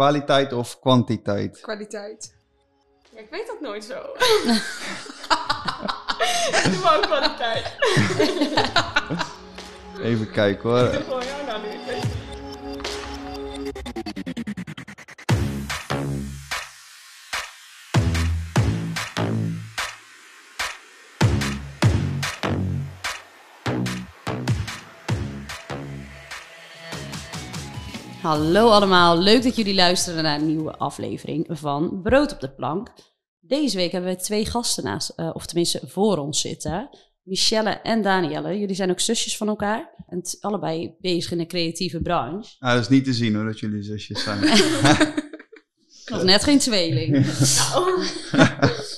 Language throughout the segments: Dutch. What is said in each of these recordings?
Kwaliteit of kwantiteit? Kwaliteit. Ja, ik weet dat nooit zo. Doe maar kwaliteit. Even kijken hoor. Gewoon jou nou nu. Hallo allemaal, leuk dat jullie luisteren naar een nieuwe aflevering van Brood op de Plank. Deze week hebben we twee gasten naast, eh, of tenminste voor ons zitten. Michelle en Danielle, jullie zijn ook zusjes van elkaar en t- allebei bezig in de creatieve branche. Nou, dat is niet te zien hoor, dat jullie zusjes zijn. Nog net geen tweeling.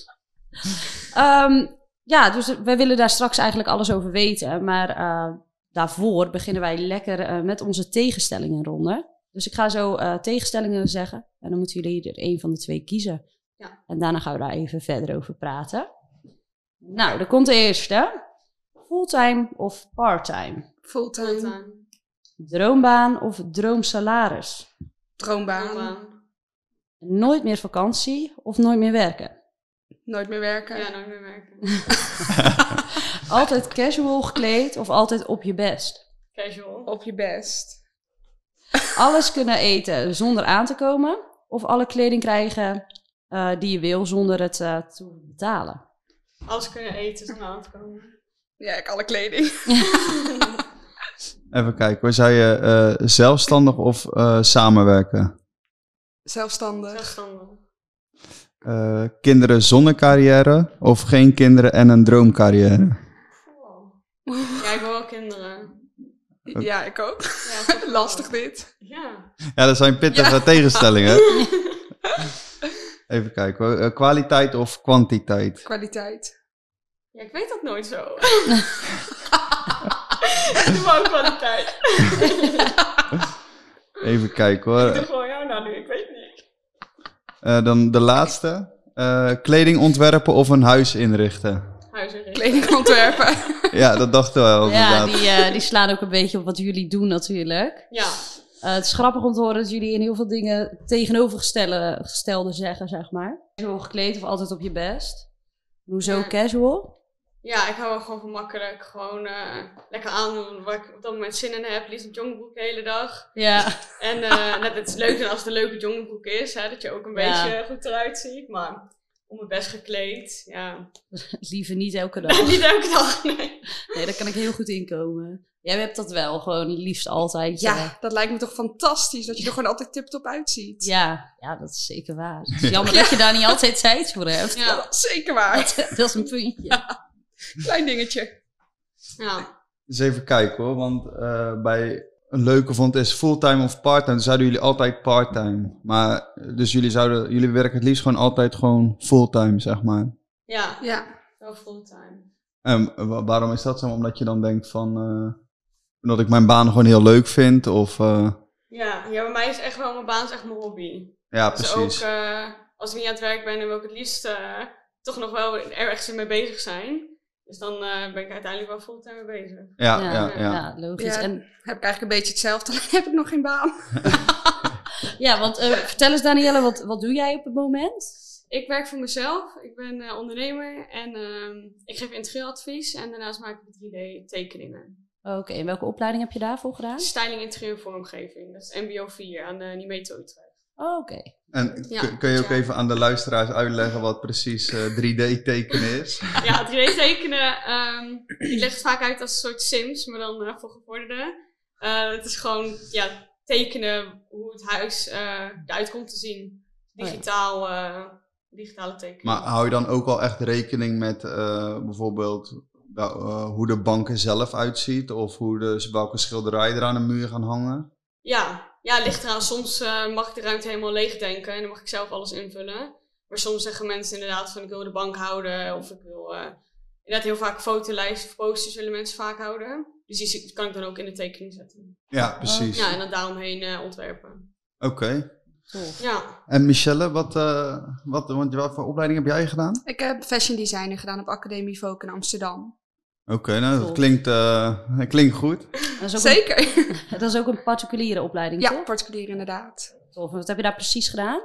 Ehm, ja, dus wij willen daar straks eigenlijk alles over weten. Maar eh, daarvoor beginnen wij lekker eh, met onze tegenstellingenronde. Dus ik ga zo eh, tegenstellingen zeggen. En dan moeten jullie er een van de twee kiezen. Ja. En daarna gaan we daar even verder over praten. Nou, dan komt de eerste. Fulltime of parttime? Fulltime. Droombaan of droomsalaris? Droombaan. Nooit meer vakantie of nooit meer werken? Nooit meer werken. Ja, Ja, nooit meer werken. Altijd casual gekleed of altijd op je best? Casual. Op je best. alles kunnen eten zonder aan te komen. Of alle kleding krijgen eh, die je wil zonder het eh, te betalen. Alles kunnen eten zonder aan te komen. Ja, ik alle kleding. Even kijken hoor, zei je eh, zelfstandig of eh, samenwerken? Zelfstandig. Zelfstandig. Eh, kinderen zonder carrière of geen kinderen en een droomcarrière? Ja, ik wil wel kinderen. Ja, ik ook. Ja, toch wel. Lastig dit. Ja. Ja, dat zijn pittige tegenstellingen. Even kijken hoor, Eh, kwaliteit of kwantiteit? Kwaliteit. ja, ik weet dat nooit zo. Doe maar kwaliteit. Even kijken hoor. Doe gewoon jou nou nu, ik weet niet. Eh, dan de laatste. Eh, kleding ontwerpen of een huis inrichten? Huis en richt. Kleding ontwerpen. Ja, dat dachten we al Ja, Oh, inderdaad. die, eh, die slaan ook een beetje op wat jullie doen natuurlijk. Ja, Eh, het is grappig om te horen dat jullie in heel veel dingen tegenovergestelde zeggen, zeg maar. Casual gekleed of altijd op je best. Hoezo Ja. casual? ja, ik hou wel gewoon van makkelijk. Gewoon eh, lekker aandoen waar ik op dat moment zin in heb. Liefst een jongbroek de hele dag. Ja. En eh, net, het is leuk dan als het een leuke jongbroek is. Hè, dat je ook een Ja. beetje goed eruit ziet. Maar om mijn best gekleed. Ja. Liever niet elke dag. niet elke dag, nee. Nee, daar kan ik heel goed inkomen. Jij hebt dat wel, gewoon liefst altijd. eh, Ja, dat lijkt me toch fantastisch. Dat je er gewoon altijd tiptop uitziet. ja. ja, dat is zeker waar. Het is jammer dat je daar niet altijd tijd voor hebt. Ja. Dat is zeker waar. Dat is een puntje. Klein dingetje. Ja, Eens even kijken hoor, want eh, bij een leuke vond is fulltime of parttime. Dan zouden jullie altijd parttime. Maar eh, dus jullie zouden, jullie werken het liefst gewoon altijd gewoon fulltime, zeg maar. ja, Ja. wel fulltime. En wa- waarom is dat zo? Omdat je dan denkt van, eh, omdat ik mijn baan gewoon heel leuk vind of eh, Ja, ja, bij mij is echt wel mijn baan is echt mijn hobby. ja, Dus precies. ook eh, als ik niet aan het werk ben, dan wil ik het liefst eh, toch nog wel er ergens mee bezig zijn. Dus dan eh, ben ik uiteindelijk wel fulltime mee bezig. ja, ja, ja, ja, logisch. Ja. En, Heb ik eigenlijk een beetje hetzelfde. Dan heb ik nog geen baan. ja want eh, vertel eens Danielle, wat, wat doe jij op het moment? Ik werk voor mezelf, ik ben eh, ondernemer en ehm, ik geef interieurdadvies en daarnaast maak ik 3D tekeningen. Oké, en welke opleiding heb je daarvoor gedaan? Styling interieur vormgeving, dat is MBO 4 aan eh, de Nimeto Utrecht. Oh, Oké. En Ja, kun- kun je ook ja. even aan de luisteraars uitleggen wat precies eh, 3D tekenen is? Ja, 3D tekenen. ehm ik leg het vaak uit als een soort Sims, maar dan eh, voor gevorderden. Eh, het is gewoon ja, tekenen hoe het huis eh, eruit komt te zien. ja. Digitaal, eh, digitale tekenen. Oh Maar hou je dan ook al echt rekening met eh, bijvoorbeeld wel, eh, hoe de bank er zelf uitziet? Of hoe de, welke schilderijen er aan de muur gaan hangen? Ja, ja ligt eraan. Soms eh, mag ik de ruimte helemaal leeg denken en dan mag ik zelf alles invullen. Maar soms zeggen mensen inderdaad van ik wil de bank houden of ik wil... eh inderdaad heel vaak fotolijsten of posters willen mensen vaak houden. Dus die zie- kan ik dan ook in de tekening zetten. Ja, precies. Ja, en dan daaromheen eh, ontwerpen. Oké. tof. Ja. En Michelle, wat, eh, wat, want wat voor opleiding heb jij gedaan? Ik heb fashion designer gedaan op Academie Vogue in Amsterdam. Oké, nou, dat Tof. klinkt, eh, dat klinkt goed. Dat is, ook Zeker. Een, dat is ook een particuliere opleiding, Ja, toch? particulier inderdaad. tof. En Wat heb je daar precies gedaan?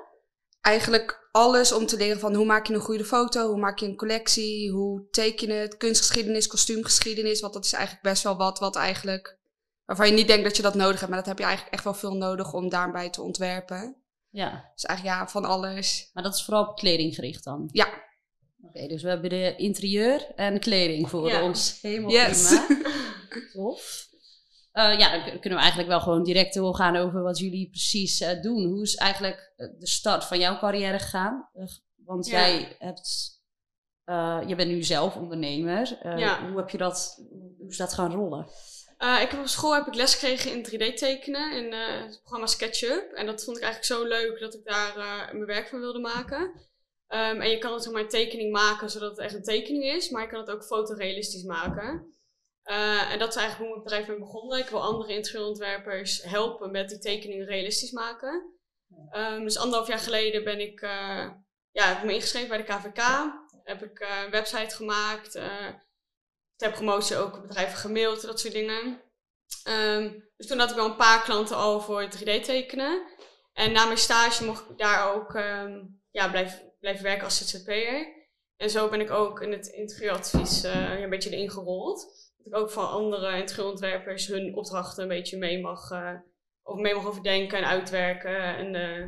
Eigenlijk alles om te leren van hoe maak je een goede foto, hoe maak je een collectie, hoe teken je het, kunstgeschiedenis, kostuumgeschiedenis. Want dat is eigenlijk best wel wat, wat eigenlijk, waarvan je niet denkt dat je dat nodig hebt. Maar dat heb je eigenlijk echt wel veel nodig om daarbij te ontwerpen. Ja, Dus eigenlijk ja, van alles. maar dat is vooral op kleding gericht dan. Ja. Oké, dus we hebben de interieur en kleding voor Ja. ons. Helemaal Yes. prima. Tof. Eh, ja, dan kun- kunnen we eigenlijk wel gewoon direct doorgaan over wat jullie precies eh, doen. Hoe is eigenlijk eh, de start van jouw carrière gegaan? Eh, want Ja. jij hebt, eh, je bent nu zelf ondernemer. Eh, Ja. Hoe heb je dat, hoe is dat gaan rollen? Eh, ik heb op school heb ik les gekregen in 3D tekenen in eh, het programma SketchUp. En dat vond ik eigenlijk zo leuk dat ik daar eh, mijn werk van wilde maken. Ehm, en je kan het zeg maar een tekening maken zodat het echt een tekening is, maar je kan het ook fotorealistisch maken. Eh, en dat is eigenlijk hoe mijn bedrijf mee begonnen. Ik wil andere interieurontwerpers helpen met die tekeningen realistisch maken. Ehm, dus anderhalf jaar geleden ben ik, eh, ja, heb ik me ingeschreven bij de KVK. Heb ik eh, een website gemaakt. eh, ter promotie ook bedrijven gemaild, dat soort dingen. Ehm, dus toen had ik wel een paar klanten al voor het 3D tekenen. En na mijn stage mocht ik daar ook ehm, ja, blijven, blijven werken als ZZP'er. En zo ben ik ook in het interieuradvies eh, een beetje erin gerold. Dat ik ook van andere interieurontwerpers hun opdrachten een beetje mee mag, eh, of mee mag overdenken en uitwerken. En, eh,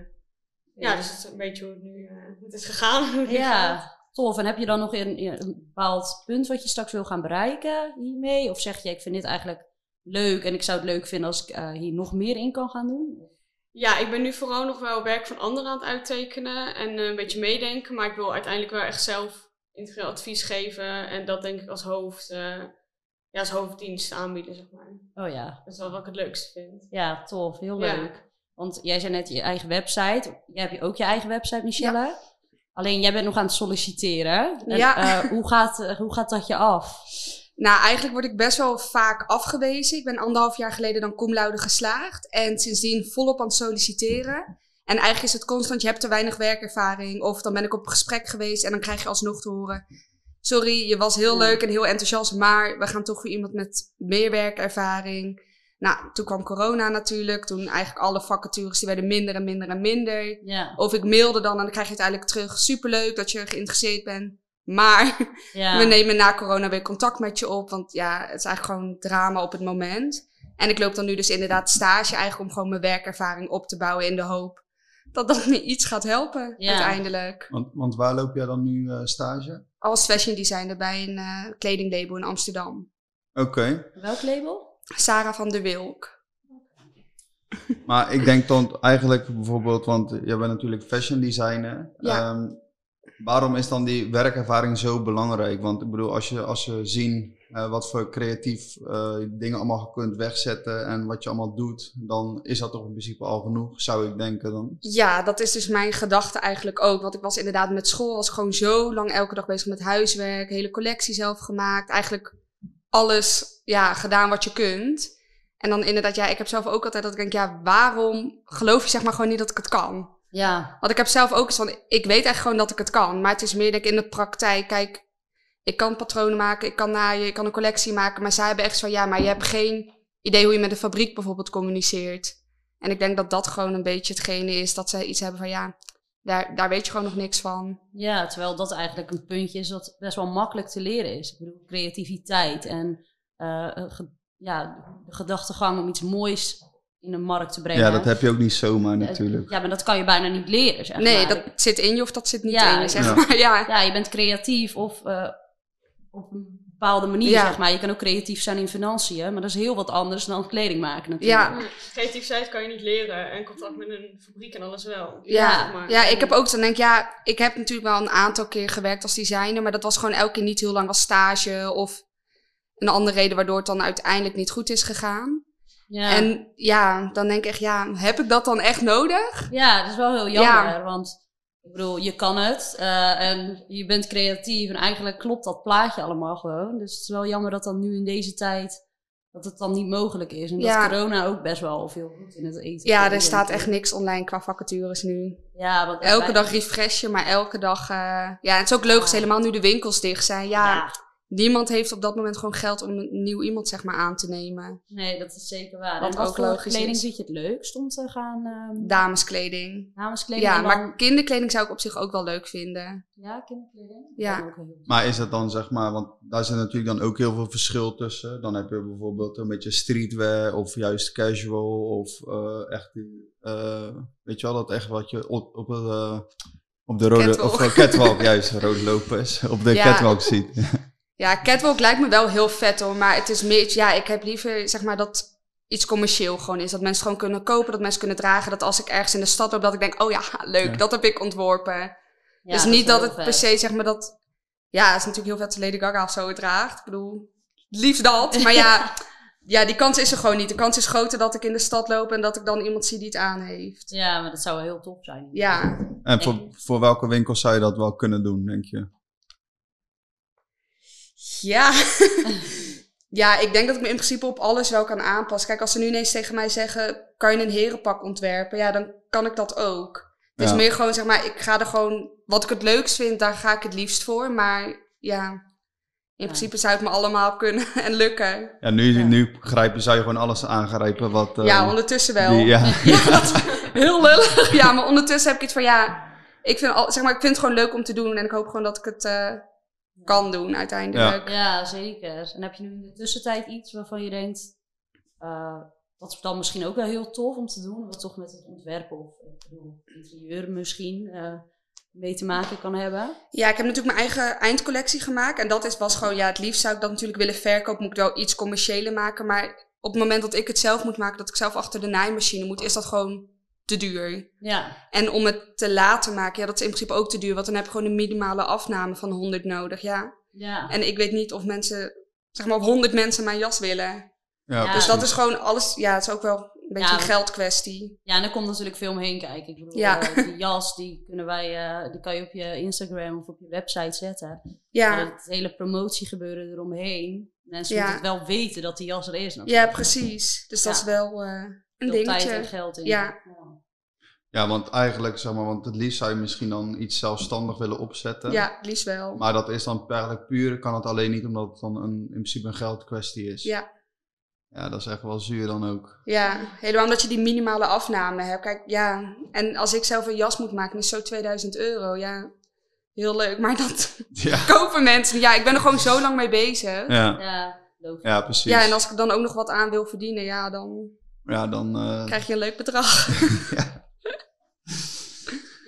ja. dus dat is een beetje hoe het nu eh, hoe het is gegaan. Hoe het nu gaat. Ja, tof. En heb je dan nog een, een bepaald punt wat je straks wil gaan bereiken hiermee? Of zeg je, ik vind dit eigenlijk leuk en ik zou het leuk vinden als ik eh, hier nog meer in kan gaan doen? Ja, ik ben nu vooral nog wel werk van anderen aan het uittekenen en eh, een beetje meedenken. Maar ik wil uiteindelijk wel echt zelf integraal advies geven. En dat denk ik als hoofd, eh, ja, als hoofddienst aanbieden, zeg maar. Oh ja, Dat is wel wat ik het leukste vind. ja, tof. Heel Ja. leuk. Want jij zei net je eigen website. Jij hebt je ook je eigen website, Michelle. Alleen jij bent nog aan het solliciteren. En, Ja. eh, hoe, gaat, eh, hoe gaat dat je af? Nou, eigenlijk word ik best wel vaak afgewezen. Ik ben anderhalf jaar geleden dan cum laude geslaagd. En sindsdien volop aan het solliciteren. En eigenlijk is het constant, je hebt te weinig werkervaring. Of dan ben ik op een gesprek geweest en dan krijg je alsnog te horen... Sorry, je was heel Hmm. leuk en heel enthousiast, maar we gaan toch voor iemand met meer werkervaring. Nou, toen kwam corona natuurlijk. Toen eigenlijk alle vacatures, die werden minder en minder en minder. Ja, Of ik mailde dan en dan krijg je het eigenlijk terug. Superleuk dat je geïnteresseerd bent, maar... ja. We nemen na corona weer contact met je op. Want ja, het is eigenlijk gewoon drama op het moment. En ik loop dan nu dus inderdaad stage eigenlijk om gewoon mijn werkervaring op te bouwen in de hoop dat dat me iets gaat helpen Ja. uiteindelijk. Want, want waar loop jij dan nu eh, stage? Als fashion designer bij een eh, kledinglabel in Amsterdam. Oké, Welk label? Sarah van der Wilk. maar ik denk dan eigenlijk bijvoorbeeld, want jij bent natuurlijk fashion designer. Ja. Ehm, waarom is dan die werkervaring zo belangrijk? Want ik bedoel, als, je, als ze zien eh, wat voor creatief eh, dingen allemaal je kunt wegzetten en wat je allemaal doet, dan is dat toch in principe al genoeg, zou ik denken dan. Ja, dat is dus mijn gedachte eigenlijk ook. Want ik was inderdaad met school, was gewoon zo lang elke dag bezig met huiswerk, hele collectie zelf gemaakt. Eigenlijk alles ja, gedaan wat je kunt. En dan inderdaad, ja, ik heb zelf ook altijd dat ik denk, ja, waarom geloof je zeg maar gewoon niet dat ik het kan? Ja, Want ik heb zelf ook iets van, ik weet echt gewoon dat ik het kan. Maar het is meer dat ik in de praktijk, kijk, ik kan patronen maken, ik kan naaien, ik kan een collectie maken. Maar zij hebben echt zo, ja, maar je hebt geen idee hoe je met een fabriek bijvoorbeeld communiceert. En ik denk dat dat gewoon een beetje hetgene is dat zij iets hebben van, ja, daar, daar weet je gewoon nog niks van. ja, terwijl dat eigenlijk een puntje is dat best wel makkelijk te leren is. Ik bedoel, creativiteit en eh, ge- ja, de gedachtegang om iets moois in de markt te brengen. Ja, dat heb je ook niet zomaar Eh, natuurlijk. Ja, maar dat kan je bijna niet leren, zeg Nee, maar. dat zit in je of dat zit niet Ja, in je, zeg ja. maar. Ja. ja, je bent creatief of eh, op een bepaalde manier, Ja. zeg maar. Je kan ook creatief zijn in financiën, maar dat is heel wat anders dan kleding maken natuurlijk. Ja. Creativiteit kan je niet leren en contact met een fabriek en alles wel. Mm. Ja, Zeg maar. ja, ik heb ook dan denk ik, ja, ik heb natuurlijk wel een aantal keer gewerkt als designer, maar dat was gewoon elke keer niet heel lang als stage of een andere reden waardoor het dan uiteindelijk niet goed is gegaan. Ja. En ja, dan denk ik echt, ja, heb ik dat dan echt nodig? Ja, dat is wel heel jammer. Want ik bedoel, je kan het eh, en je bent creatief en eigenlijk klopt dat plaatje allemaal gewoon. Dus het is wel jammer dat dan nu in deze tijd dat het dan niet mogelijk is. En Ja. dat corona ook best wel veel goed in het eten. Ja, er staat echt niks online qua vacatures nu. Ja, want Elke dag refresh je, maar elke dag... eh, ja, het is ook leuk als helemaal nu de winkels dicht zijn. Ja, Ja, niemand heeft op dat moment gewoon geld om een nieuw iemand zeg maar aan te nemen. Nee, dat is zeker waar. Wat en wat ook voor logisch kleding is. vind je het leukst om te gaan ehm Dameskleding. dameskleding? Ja, en dan- maar kinderkleding zou ik op zich ook wel leuk vinden. Ja, kinderkleding? Ja. Dat ook heel goed. Maar is dat dan zeg maar, want daar zit natuurlijk dan ook heel veel verschil tussen. Dan heb je bijvoorbeeld een beetje streetwear of juist casual of eh, echt, die, eh, weet je wel, dat echt wat je op, op, het, eh, op de rode, Catwalk. of eh, catwalk juist, rode lopers, op de Ja. catwalk ziet. Ja, catwalk lijkt me wel heel vet hoor, maar het is meer, iets- ja, ik heb liever zeg maar dat iets commercieel gewoon is. Dat mensen gewoon kunnen kopen, dat mensen kunnen dragen. Dat als ik ergens in de stad loop, dat ik denk, oh ja, leuk, Ja. dat heb ik ontworpen. Ja, dus dat is niet dat heel het vet. per se zeg maar dat, ja, het is natuurlijk heel vet als Lady Gaga of zo het draagt. Ik bedoel, liefst dat, maar ja, ja, die kans is er gewoon niet. De kans is groter dat ik in de stad loop en dat ik dan iemand zie die het aan heeft. Ja, maar dat zou heel tof zijn. Ja, En voor, voor welke winkels zou je dat wel kunnen doen, denk je? Ja. ja, ik denk dat ik me in principe op alles wel kan aanpassen. Kijk, als ze nu ineens tegen mij zeggen, kan je een herenpak ontwerpen? Ja, dan kan ik dat ook. Het Ja. is meer gewoon, zeg maar, ik ga er gewoon... Wat ik het leukst vind, daar ga ik het liefst voor. Maar ja, in principe zou het me allemaal kunnen en lukken. Ja, nu, Ja. nu grijpen, zou je gewoon alles aangrijpen wat... eh, ja, ondertussen wel. die- ja. Ja, dat is heel lullig. Ja, maar ondertussen heb ik iets van, ja... Ik vind, al, zeg maar, ik vind het gewoon leuk om te doen. En ik hoop gewoon dat ik het eh, kan doen uiteindelijk. Ja, zeker. En heb je nu in de tussentijd iets waarvan je denkt, eh, dat is dan misschien ook wel heel tof om te doen, wat toch met het ontwerpen of eh, ik bedoel, interieur misschien eh, mee te maken kan hebben? Ja, ik heb natuurlijk mijn eigen eindcollectie gemaakt. En dat is, was gewoon, ja, het liefst zou ik dat natuurlijk willen verkopen. Moet ik wel iets commerciëler maken. Maar op het moment dat ik het zelf moet maken, dat ik zelf achter de naaimachine moet, is dat gewoon te duur. Ja, En om het te laten maken, ja, dat is in principe ook te duur. Want dan heb je gewoon een minimale afname van 100 nodig, ja. ja. En ik weet niet of mensen, zeg maar, of 100 mensen mijn jas willen. Ja, Ja. Dus dat is gewoon alles, ja, het is ook wel een beetje Ja, een want- geldkwestie. ja, en er komt natuurlijk veel omheen kijken. Ik bedoel, Ja. eh, die jas, die, kunnen wij, eh, die kan je op je Instagram of op je website zetten. Maar Ja, het hele promotiegebeuren eromheen. Mensen Ja. moeten het wel weten dat die jas er is. natuurlijk. ja precies. Dus dat Ja. is wel eh, een Veel tijd en dingetje. geld in. Ja. Ja, want eigenlijk zeg maar, want het liefst zou je misschien dan iets zelfstandig willen opzetten. Ja, het liefst wel. Maar dat is dan eigenlijk puur, kan het alleen niet omdat het dan een, in principe een geldkwestie is. Ja. Ja, dat is echt wel zuur dan ook. Ja, helemaal omdat je die minimale afname hebt. Kijk, ja. En als ik zelf een jas moet maken, is zo 2000 euro. Ja, heel leuk. Maar dat Ja, kopen mensen. niet. Ja, ik ben er gewoon zo lang mee bezig. Ja, ja. Ja, logisch. ja precies. en als ik dan ook nog wat aan wil verdienen, ja, dan Ja, dan... eh, krijg je een leuk bedrag.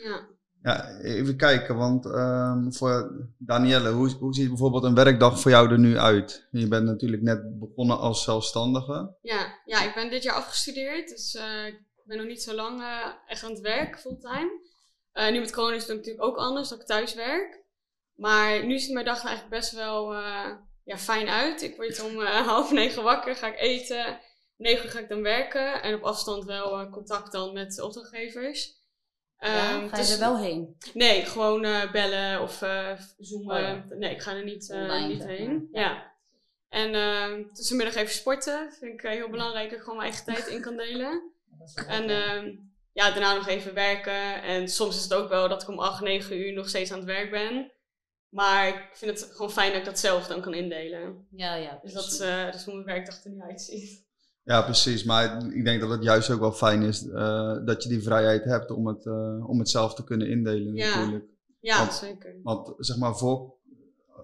Ja. ja, even kijken, want ehm, voor Danielle, hoe, hoe ziet bijvoorbeeld een werkdag voor jou er nu uit? Je bent natuurlijk net begonnen als zelfstandige. Ja. ja, ik ben dit jaar afgestudeerd, dus eh, ik ben nog niet zo lang eh, echt aan het werk, fulltime. Eh, nu met corona is het natuurlijk ook anders, dat ik thuis werk. Maar nu ziet mijn dag er eigenlijk best wel eh, ja, fijn uit. Ik word om eh, half negen wakker, ga ik eten. Om negen uur ga ik dan werken en op afstand wel eh, contact dan met de opdrachtgevers. Ja, Ehm, ga je dus- er wel heen? Nee, gewoon eh, bellen of eh, zoomen. Oh ja. Nee, ik ga er niet, eh, Online, niet zeg maar. heen. Ja. En eh, tussenmiddag even sporten. Vind ik eh, heel belangrijk dat ik gewoon mijn eigen tijd in kan delen. En eh, ja, daarna nog even werken. En soms is het ook wel dat ik om 8, 9 uur nog steeds aan het werk ben. Maar ik vind het gewoon fijn dat ik dat zelf dan kan indelen. Ja, ja. Dus dat is, precies. eh, dat is hoe mijn werkdag er nu uitziet. Ja, precies. Maar ik denk dat het juist ook wel fijn is eh, dat je die vrijheid hebt om het, eh, om het zelf te kunnen indelen Ja. natuurlijk. Ja, Want- zeker. Want zeg maar, voor,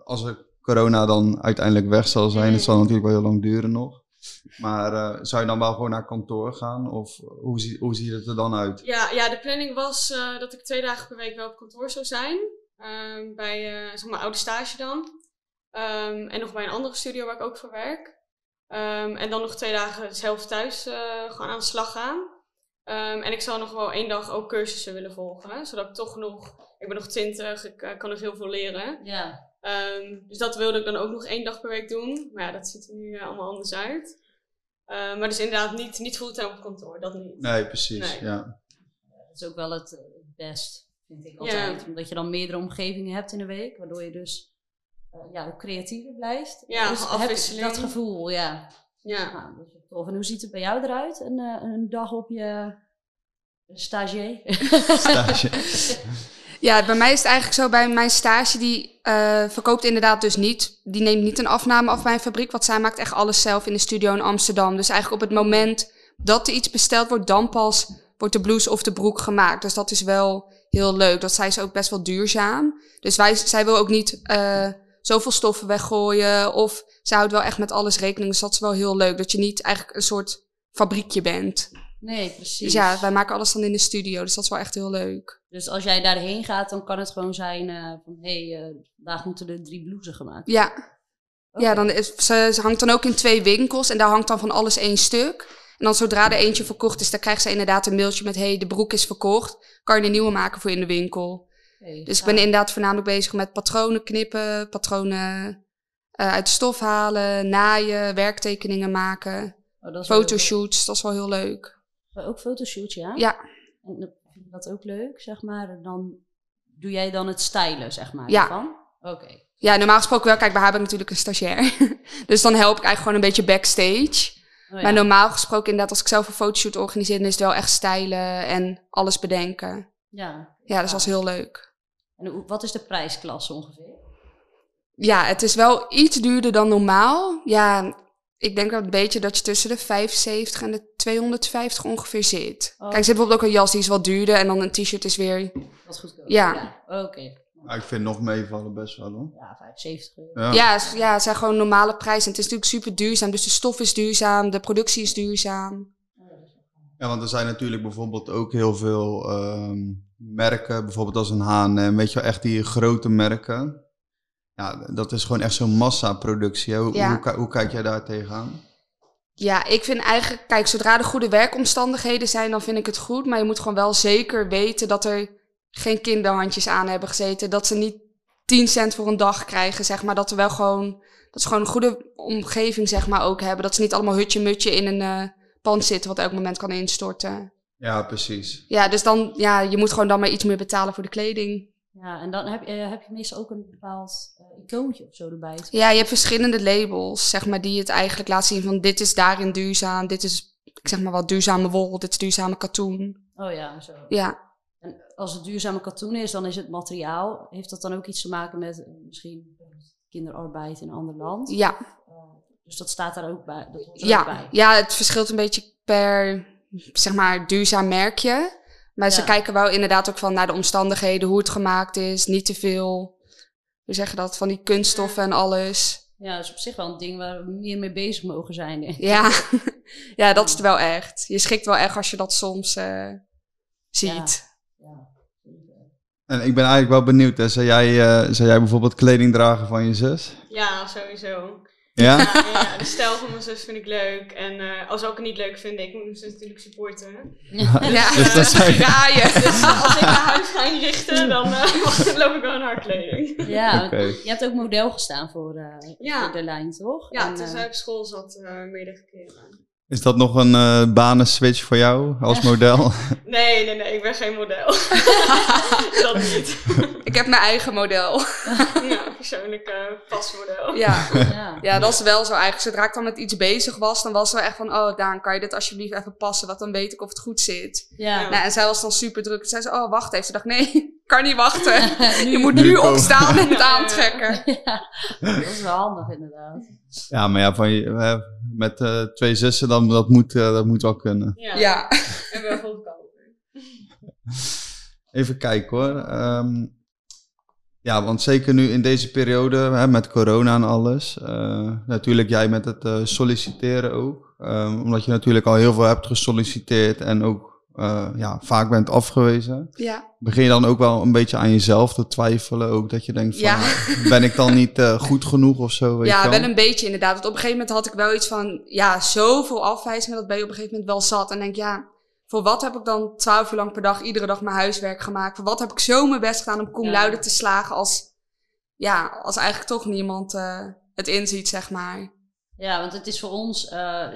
als er corona dan uiteindelijk weg zal zijn, het zal natuurlijk wel heel lang duren nog. Maar eh, zou je dan wel gewoon naar kantoor gaan? Of hoe, zie, hoe ziet het er dan uit? Ja, ja, de planning was eh, dat ik twee dagen per week wel op kantoor zou zijn. Ehm, bij eh, zeg maar oude stage dan. Ehm, en nog bij een andere studio waar ik ook voor werk. Ehm, en dan nog twee dagen zelf thuis eh, gewoon aan de slag gaan. Ehm, en ik zou nog wel één dag ook cursussen willen volgen. Zodat ik toch nog... Ik ben nog twintig, ik eh, kan nog heel veel leren. Ja, Ehm, dus dat wilde ik dan ook nog één dag per week doen. Maar ja, dat ziet er nu eh, allemaal anders uit. Ehm, maar dus inderdaad niet, niet fulltime op kantoor, dat niet. Nee, precies. Nee. Ja. dat is ook wel het eh, het best, vind ik Ja. altijd. Omdat je dan meerdere omgevingen hebt in de week, waardoor je dus eh, ja, ook creatiever blijft. Ja, dus heb afwisseling. dat gevoel, ja. Ja. Nou, dat is wel tof. En hoe ziet het bij jou eruit? Een, eh, een dag op je stagiair? Stage. Ja, bij mij is het eigenlijk zo, bij mijn stage, die eh, verkoopt inderdaad dus niet. Die neemt niet een afname af bij een fabriek, want zij maakt echt alles zelf in de studio in Amsterdam. Dus eigenlijk op het moment dat er iets besteld wordt, dan pas wordt de blouse of de broek gemaakt. Dus dat is wel heel leuk. Dat zij is ook best wel duurzaam. Dus wij, zij wil ook niet eh, zoveel stoffen weggooien. Of zij houdt wel echt met alles rekening. Dus dat is wel heel leuk. Dat je niet eigenlijk een soort fabriekje bent. Nee, precies. Dus ja, wij maken alles dan in de studio. Dus dat is wel echt heel leuk. Dus als jij daarheen gaat, dan kan het gewoon zijn eh, van... Hé, hey, eh, vandaag moeten er drie blouses gemaakt Ja, Oké. ja dan is, ze, ze hangt dan ook in twee winkels en daar hangt dan van alles één stuk. En dan zodra er eentje verkocht is, dan krijgt ze inderdaad een mailtje met... hey, de broek is verkocht, kan je een nieuwe maken voor in de winkel? Oké, nou, Dus ik ja. ben inderdaad voornamelijk bezig met patronen knippen, patronen eh, uit de stof halen, naaien, werktekeningen maken, Oh, dat is wel heel fotoshoots. Dat is wel heel leuk. leuk. Ook fotoshoots, ja? Ja. En dat- vind je dat ook leuk, zeg maar? En Dan doe jij dan het stylen, zeg maar, Ja. daarvan? Oké. Ja, normaal gesproken wel. Kijk, bij haar ben ik natuurlijk een stagiair. dus dan help ik eigenlijk gewoon een beetje backstage. Oh, ja. Maar normaal gesproken, inderdaad, als ik zelf een fotoshoot organiseer, dan is het wel echt stijlen en alles bedenken. ja. Ja, dus dat is heel leuk. En hoe- wat is de prijsklasse ongeveer? Ja, het is wel iets duurder dan normaal. Ja, ik denk wel een beetje dat je tussen de 75 en de 250 ongeveer zit. Oh. Kijk, er zit bijvoorbeeld ook een jas die is wat duurder en dan een t-shirt is weer... Wat goedkoop? Ja. Oké. Ja, Ah, ik vind nog meevallen best wel hoor. Ja, 75 euro. Ja. Ja, s- ja, het zijn gewoon normale prijzen. Het is natuurlijk super duurzaam, dus de stof is duurzaam, de productie is duurzaam. Ja, want er zijn natuurlijk bijvoorbeeld ook heel veel ehm, merken, bijvoorbeeld als een H&M, weet je wel, echt die grote merken. Ja, dat is gewoon echt zo'n massaproductie. hè. Hoe, Ja. hoe, ki- hoe kijk jij daar tegenaan? Ja, ik vind eigenlijk, kijk, zodra er goede werkomstandigheden zijn, dan vind ik het goed. Maar je moet gewoon wel zeker weten dat er geen kinderhandjes aan hebben gezeten. Dat ze niet 10 cent voor een dag krijgen, zeg maar. Dat, er wel gewoon, dat ze gewoon een goede omgeving, zeg maar, ook hebben. Dat ze niet allemaal hutje-mutje in een eh, pand zitten, wat elk moment kan instorten. Ja, precies. Ja, dus dan, ja, je moet gewoon dan maar iets meer betalen voor de kleding. Ja, en dan heb, je- heb je meestal ook een bepaald eh, icoontje of zo erbij. Ja, je hebt verschillende labels, zeg maar, die het eigenlijk laten zien van dit is daarin duurzaam, dit is, ik zeg maar wat, duurzame wol, dit is duurzame katoen. Oh ja, zo. Ja, En als het duurzame katoen is, dan is het materiaal. Heeft dat dan ook iets te maken met eh, misschien kinderarbeid in een ander land? ja, Eh, dus dat staat daar ook bij. Dat hoort er ook ja. bij. Ja, het verschilt een beetje per, zeg maar, duurzaam merkje. Maar ze Ja. kijken wel inderdaad ook van naar de omstandigheden, hoe het gemaakt is, niet te veel, hoe zeg je dat, van die kunststoffen en alles. Ja, dat is op zich wel een ding waar we meer mee bezig mogen zijn. denk ik. Ja, ja dat is het wel echt. Je schikt wel echt als je dat soms eh, ziet. Ja. En ik ben eigenlijk wel benieuwd, hè. Zou jij, eh, zou jij bijvoorbeeld kleding dragen van je zus? Ja, sowieso. Ja? Ja, ja, ja, de stijl van mijn zus vind ik leuk. En eh, als ze ook het niet leuk vinden, ik moet mijn zus natuurlijk supporten. Ja, Dus dat zijn- graaien. Dus als ik mijn huis ga inrichten, dan eh, mag- loop ik wel in haar kleding. Ja, want Oké. je hebt ook model gestaan voor, eh, Ja. voor de lijn, toch? Ja, En, toen eh, zij op school zat, eh meerdere keren. Is dat nog een eh banenswitch voor jou als model? Nee, nee, nee, ik ben geen model. dat niet. Ik heb mijn eigen model. Ja, persoonlijk eh, pasmodel. Ja. ja. ja, dat is wel zo eigenlijk. Zodra ik dan met iets bezig was, dan was ze wel echt van... Oh, Daan, kan je dit alsjeblieft even passen? Want dan weet ik of het goed zit. Ja. Nou, en zij was dan super druk. Toen zei ze, oh, wacht even. Ze dacht, nee, kan niet wachten. Je moet Nu nu komen. opstaan en het Ja. aantrekken. Ja, dat is wel handig inderdaad. ja, maar ja, van, je- eh, met eh, twee zussen, dan, dat, moet, eh, dat moet wel kunnen. Ja. Ja. En we volkomen. Even kijken hoor. Ehm, ja, want zeker nu in deze periode hè, met corona en alles. eh, natuurlijk jij met het eh, solliciteren ook. Ehm, omdat je natuurlijk al heel veel hebt gesolliciteerd en ook eh, ja, vaak bent afgewezen. Ja. Begin je dan ook wel een beetje aan jezelf te twijfelen? Ook dat je denkt van, Ja. eh, ben ik dan niet eh, goed genoeg of zo? Weet je ja, wel een beetje inderdaad. Want op een gegeven moment had ik wel iets van... Ja, zoveel afwijzingen, dat ben je op een gegeven moment wel zat. En denk, ja... Voor wat heb ik dan twaalf uur lang per dag iedere dag mijn huiswerk gemaakt? Voor wat heb ik zo mijn best gedaan om cum Ja. laude te slagen als... Ja, als eigenlijk toch niemand eh, het inziet, zeg maar. Ja, want het is voor ons, eh,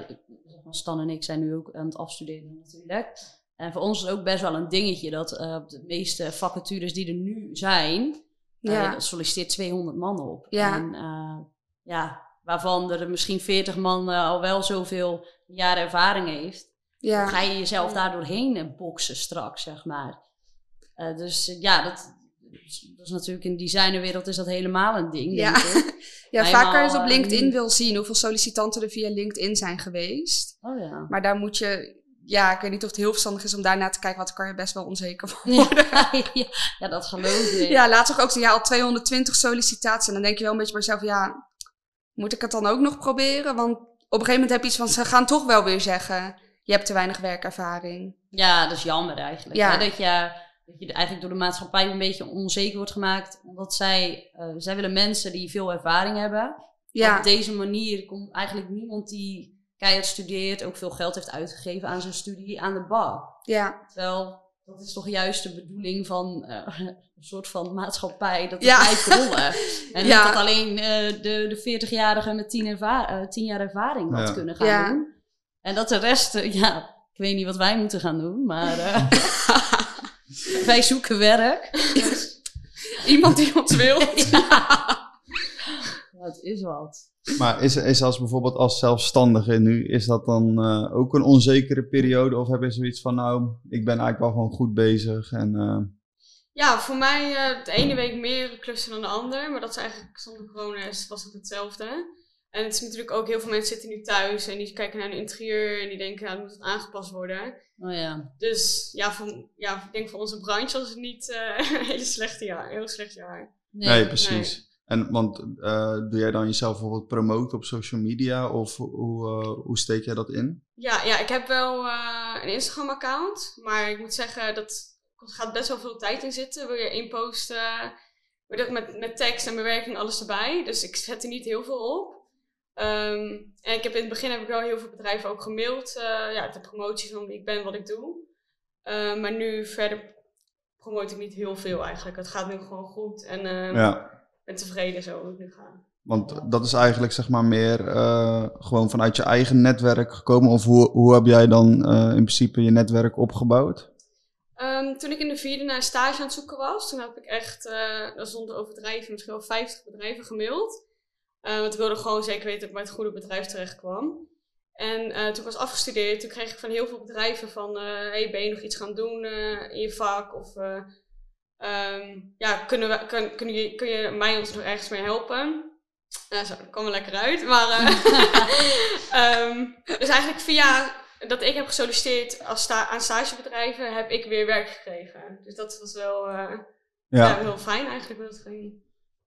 zeg maar, Stan en ik zijn nu ook aan het afstuderen natuurlijk. En voor ons is het ook best wel een dingetje dat eh, op de meeste vacatures die er nu zijn, eh, Ja. dat solliciteert 200 man op. Ja. En, eh, ja, waarvan er misschien 40 man eh, al wel zoveel jaren ervaring heeft. Dan Ja. ga je jezelf daar doorheen eh, boksen straks, zeg maar. Eh, dus eh, ja, dat, dat is natuurlijk in de designerwereld is dat helemaal een ding. Ja. ehm, Denk ik. Ja, Helemaal, vaak kan je het op eh, LinkedIn niet. wil zien hoeveel sollicitanten er via LinkedIn zijn geweest. Oh ja. Maar daar moet je, ja, ik weet niet of het heel verstandig is om daarna te kijken, want daar kan je best wel onzeker van. Ja, ja, dat geloof ik. Ja, laatst toch ook zien, ja, al 220 sollicitaties. En dan denk je wel een beetje bij jezelf, ja, moet ik het dan ook nog proberen? Want op een gegeven moment heb je iets van, ze gaan toch wel weer zeggen, je hebt te weinig werkervaring. Ja, dat is jammer eigenlijk. Ja. Hè? Dat, je, dat je eigenlijk door de maatschappij een beetje onzeker wordt gemaakt. Omdat zij, eh, zij willen mensen die veel ervaring hebben. Ja, Op deze manier komt eigenlijk niemand die keihard studeert, ook veel geld heeft uitgegeven aan zijn studie, aan de bar. ja. Terwijl, dat is toch juist de bedoeling van eh, een soort van maatschappij, dat het Ja. blijft rollen. En Ja. niet dat alleen eh, de, de 40-jarige met 10, erva- eh, 10 jaar ervaring dat Ja. kunnen gaan Ja. doen. En dat de rest, eh, ja, ik weet niet wat wij moeten gaan doen, maar eh, wij zoeken werk. Iemand die ons wil. Dat is wat. Maar is, is als bijvoorbeeld als zelfstandige nu, is dat dan eh, ook een onzekere periode? Of heb je zoiets van, nou, ik ben eigenlijk wel gewoon goed bezig en... eh, Ja, voor mij eh de ene week meer klussen dan de ander. Maar dat is eigenlijk zonder corona is, was het hetzelfde. En het is natuurlijk ook heel veel mensen zitten nu thuis en die kijken naar hun interieur en die denken, nou, moet het aangepast worden. Oh ja. Dus ja, voor, ja, ik denk voor onze branche was het niet eh, een hele slechte jaar, heel slecht jaar. Nee. Nee, precies. En want eh, doe jij dan jezelf bijvoorbeeld promoten op social media of hoe, eh, hoe steek jij dat in? Ja, ja ik heb wel eh, een Instagram-account, maar ik moet zeggen, dat gaat best wel veel tijd in zitten. Wil je één post eh, weet je, met, met tekst en bewerking, alles erbij. Dus ik zet er niet heel veel op. Ehm, en ik heb in het begin heb ik wel heel veel bedrijven ook gemaild. eh ja, de promotie van wie ik ben, wat ik doe. Eh, maar nu verder promoot ik niet heel veel eigenlijk. Het gaat nu gewoon goed en ehm, Ja, ik ben tevreden zo hoe het nu gaat. want dat is eigenlijk zeg maar meer eh, gewoon vanuit je eigen netwerk gekomen. Of hoe, hoe heb jij dan eh, in principe je netwerk opgebouwd? Ehm, toen ik in de vierde naar een stage aan het zoeken was, toen heb ik echt, eh, dat is zonder overdrijven, misschien wel 50 bedrijven gemaild. Eh, want ik wilde gewoon zeker weten dat ik bij het goede bedrijf terecht kwam. En eh, toen ik was afgestudeerd, toen kreeg ik van heel veel bedrijven van, eh, hey, ben je nog iets gaan doen eh, in je vak? Of eh, ehm, ja, kunnen we, kun, kun, je, kun je mij ons nog ergens mee helpen? Nou, zo, dat kwam er lekker uit. Maar, eh, ehm, dus eigenlijk via dat ik heb gesolliciteerd als sta- aan stagebedrijven, heb ik weer werk gekregen. Dus dat was wel eh, ja. Ja, heel fijn eigenlijk. hoe Dat ging.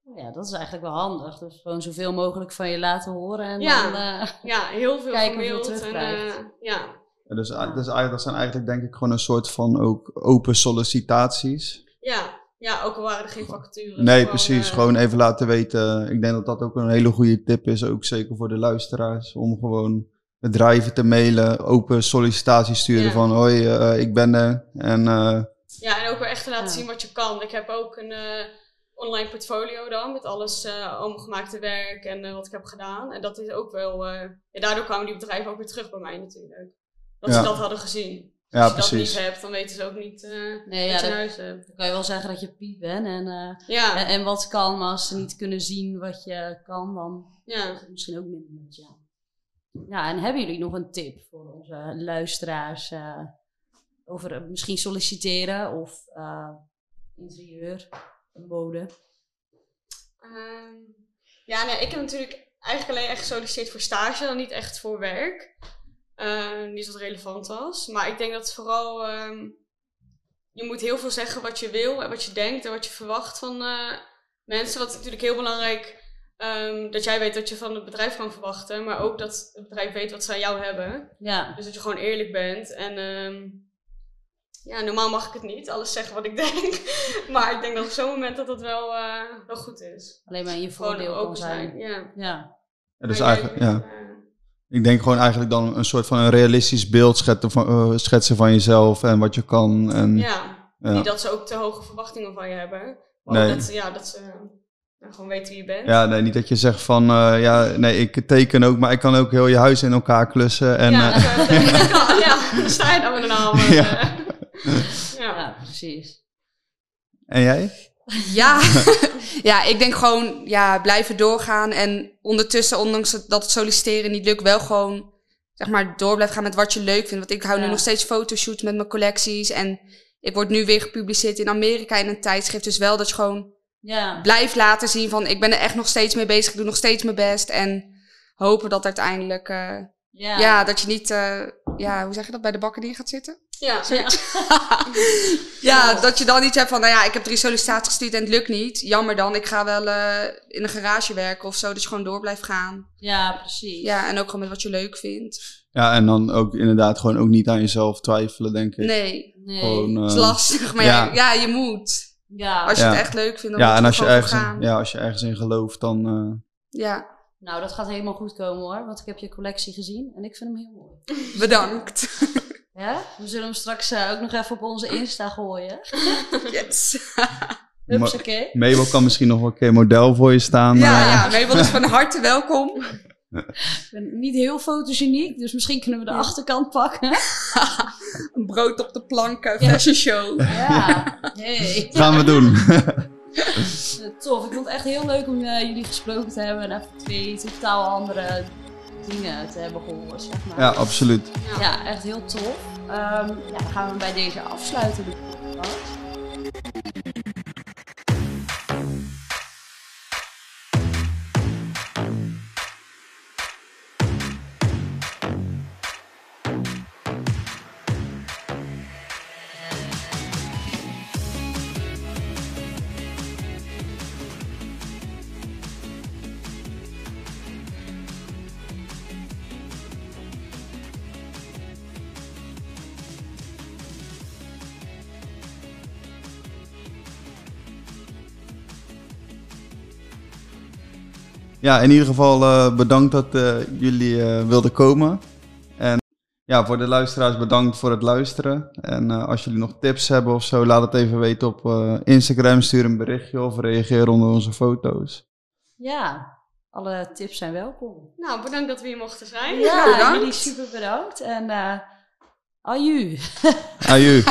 Oh Ja, dat is eigenlijk wel handig. Dus gewoon zoveel mogelijk van je laten horen. En Ja. dan, eh, Ja, heel veel Kijken hoeveel gemaild. En, terugkrijgt. eh, ja. dus, eigenlijk- dus eigenlijk, dat zijn eigenlijk denk ik gewoon een soort van ook open sollicitaties. Ja. ja, ook al waren er geen vacatures. Nee, gewoon, precies. eh, Gewoon even laten weten. Ik denk dat dat ook een hele goede tip is, ook zeker voor de luisteraars, om gewoon bedrijven te mailen, open sollicitaties sturen Ja. van hoi, eh, ik ben er. En eh, Ja, en ook wel echt te laten Ja. zien wat je kan. Ik heb ook een eh, online portfolio dan, met alles eh omgemaakte werk en eh, wat ik heb gedaan. En dat is ook wel, eh, ja, daardoor kwamen die bedrijven ook weer terug bij mij natuurlijk. Dat Ja. ze dat hadden gezien. ja, Als je Dus dat precies. niet hebt, dan weten ze ook niet eh nee, ja, wat je in dan huis hebt. dan kan je wel zeggen dat je piep bent. En, eh, Ja, en, en wat kan, maar als ze niet kunnen zien wat je kan, dan ja. is het misschien ook minder met jou. Ja, en hebben jullie nog een tip voor onze luisteraars eh, over eh, misschien solliciteren of eh, interieur, mode? Ehm, ja, nee, ik heb natuurlijk eigenlijk alleen echt gesolliciteerd voor stage, dan niet echt voor werk. Ehm, niet dat het relevant was. Maar ik denk dat vooral ehm, je moet heel veel zeggen wat je wil en wat je denkt en wat je verwacht van eh, mensen. Wat is natuurlijk heel belangrijk ehm, dat jij weet wat je van het bedrijf kan verwachten, maar ook dat het bedrijf weet wat ze aan jou hebben. Ja, Dus dat je gewoon eerlijk bent en. ehm, ja, normaal mag ik het niet, alles zeggen wat ik denk. Maar ik denk dat op zo'n moment dat dat wel, eh, wel goed is alleen maar in je gewoon voordeel open kan zijn. Ja. Ja, Ja, dus Maar eigenlijk, jij- ja. Ik denk gewoon eigenlijk dan een soort van een realistisch beeld schetsen van, eh, schetsen van jezelf en wat je kan. En, ja. eh, ja. Niet dat ze ook te hoge verwachtingen van je hebben. Maar Nee. ook dat, ze- ja, dat ze eh, gewoon weten wie je bent. Ja, nee, niet dat je zegt van, eh, ja, nee, ik teken ook, maar ik kan ook heel je huis in elkaar klussen. En, ja, ja, dat, eh, dat kan. ja, daar sta je dan met een naam. eh. Ja. ja. ja precies. en jij? Ja. ja, ik denk gewoon ja, blijven doorgaan. En ondertussen, ondanks het- dat het solliciteren niet lukt, wel gewoon zeg maar, door blijven gaan met wat je leuk vindt. Want ik hou Ja. nu nog steeds fotoshoots met mijn collecties. En Ik word nu weer gepubliceerd in Amerika in een tijdschrift. Dus wel dat je gewoon Ja. blijft laten zien van ik ben er echt nog steeds mee bezig. Ik doe nog steeds mijn best. En hopen dat uiteindelijk, eh, Ja. ja. dat je niet, eh, ja, hoe zeg je dat, bij de bakken neer gaat zitten. Ja, Oh. ja, dat je dan iets hebt van, nou ja, ik heb drie sollicitaties gestuurd en het lukt niet. Jammer dan, ik ga wel eh, in een garage werken of zo. Dat je gewoon door blijft gaan. Ja, precies. Ja, en ook gewoon met wat je leuk vindt. Ja, en dan ook inderdaad gewoon ook niet aan jezelf twijfelen, denk ik. Nee, Nee. Gewoon, eh, het is lastig, maar ja. ja, ja, je moet. Ja. Als je Ja. het echt leuk vindt, ja, dan moet en je als je, er gewoon ergens voor gaan. in, ja, als je ergens in gelooft, dan... eh, ja, Nou, dat gaat helemaal goed komen hoor. Want ik heb je collectie gezien en ik vind hem heel mooi. bedankt. Ja? We zullen hem straks eh, ook nog even op onze Insta gooien. Yes. Hups, Ma- oké. Mabel kan misschien nog wel een keer model voor je staan. Ja, eh, ja, Mabel is van harte welkom. Ik ben niet heel fotogeniek, dus misschien kunnen we de achterkant pakken. Een brood op de planken, fashion show. Ja. Hey. Gaan we doen. Eh, Tof, ik vond het echt heel leuk om eh, jullie gesproken te hebben en even twee totaal andere dingen te hebben gehoord, zeg maar. ja, absoluut. Ja, echt heel tof. Ehm, ja, dan gaan we bij deze afsluiten. de podcast. Ja, in ieder geval eh, bedankt dat eh, jullie eh, wilden komen. En ja, voor de luisteraars bedankt voor het luisteren. En eh, als jullie nog tips hebben of zo, laat het even weten op eh, Instagram. Stuur een berichtje of reageer onder onze foto's. Ja, alle tips zijn welkom. Nou, bedankt dat we hier mochten zijn. Ja, bedankt. jullie super bedankt. En eh aju. Aju.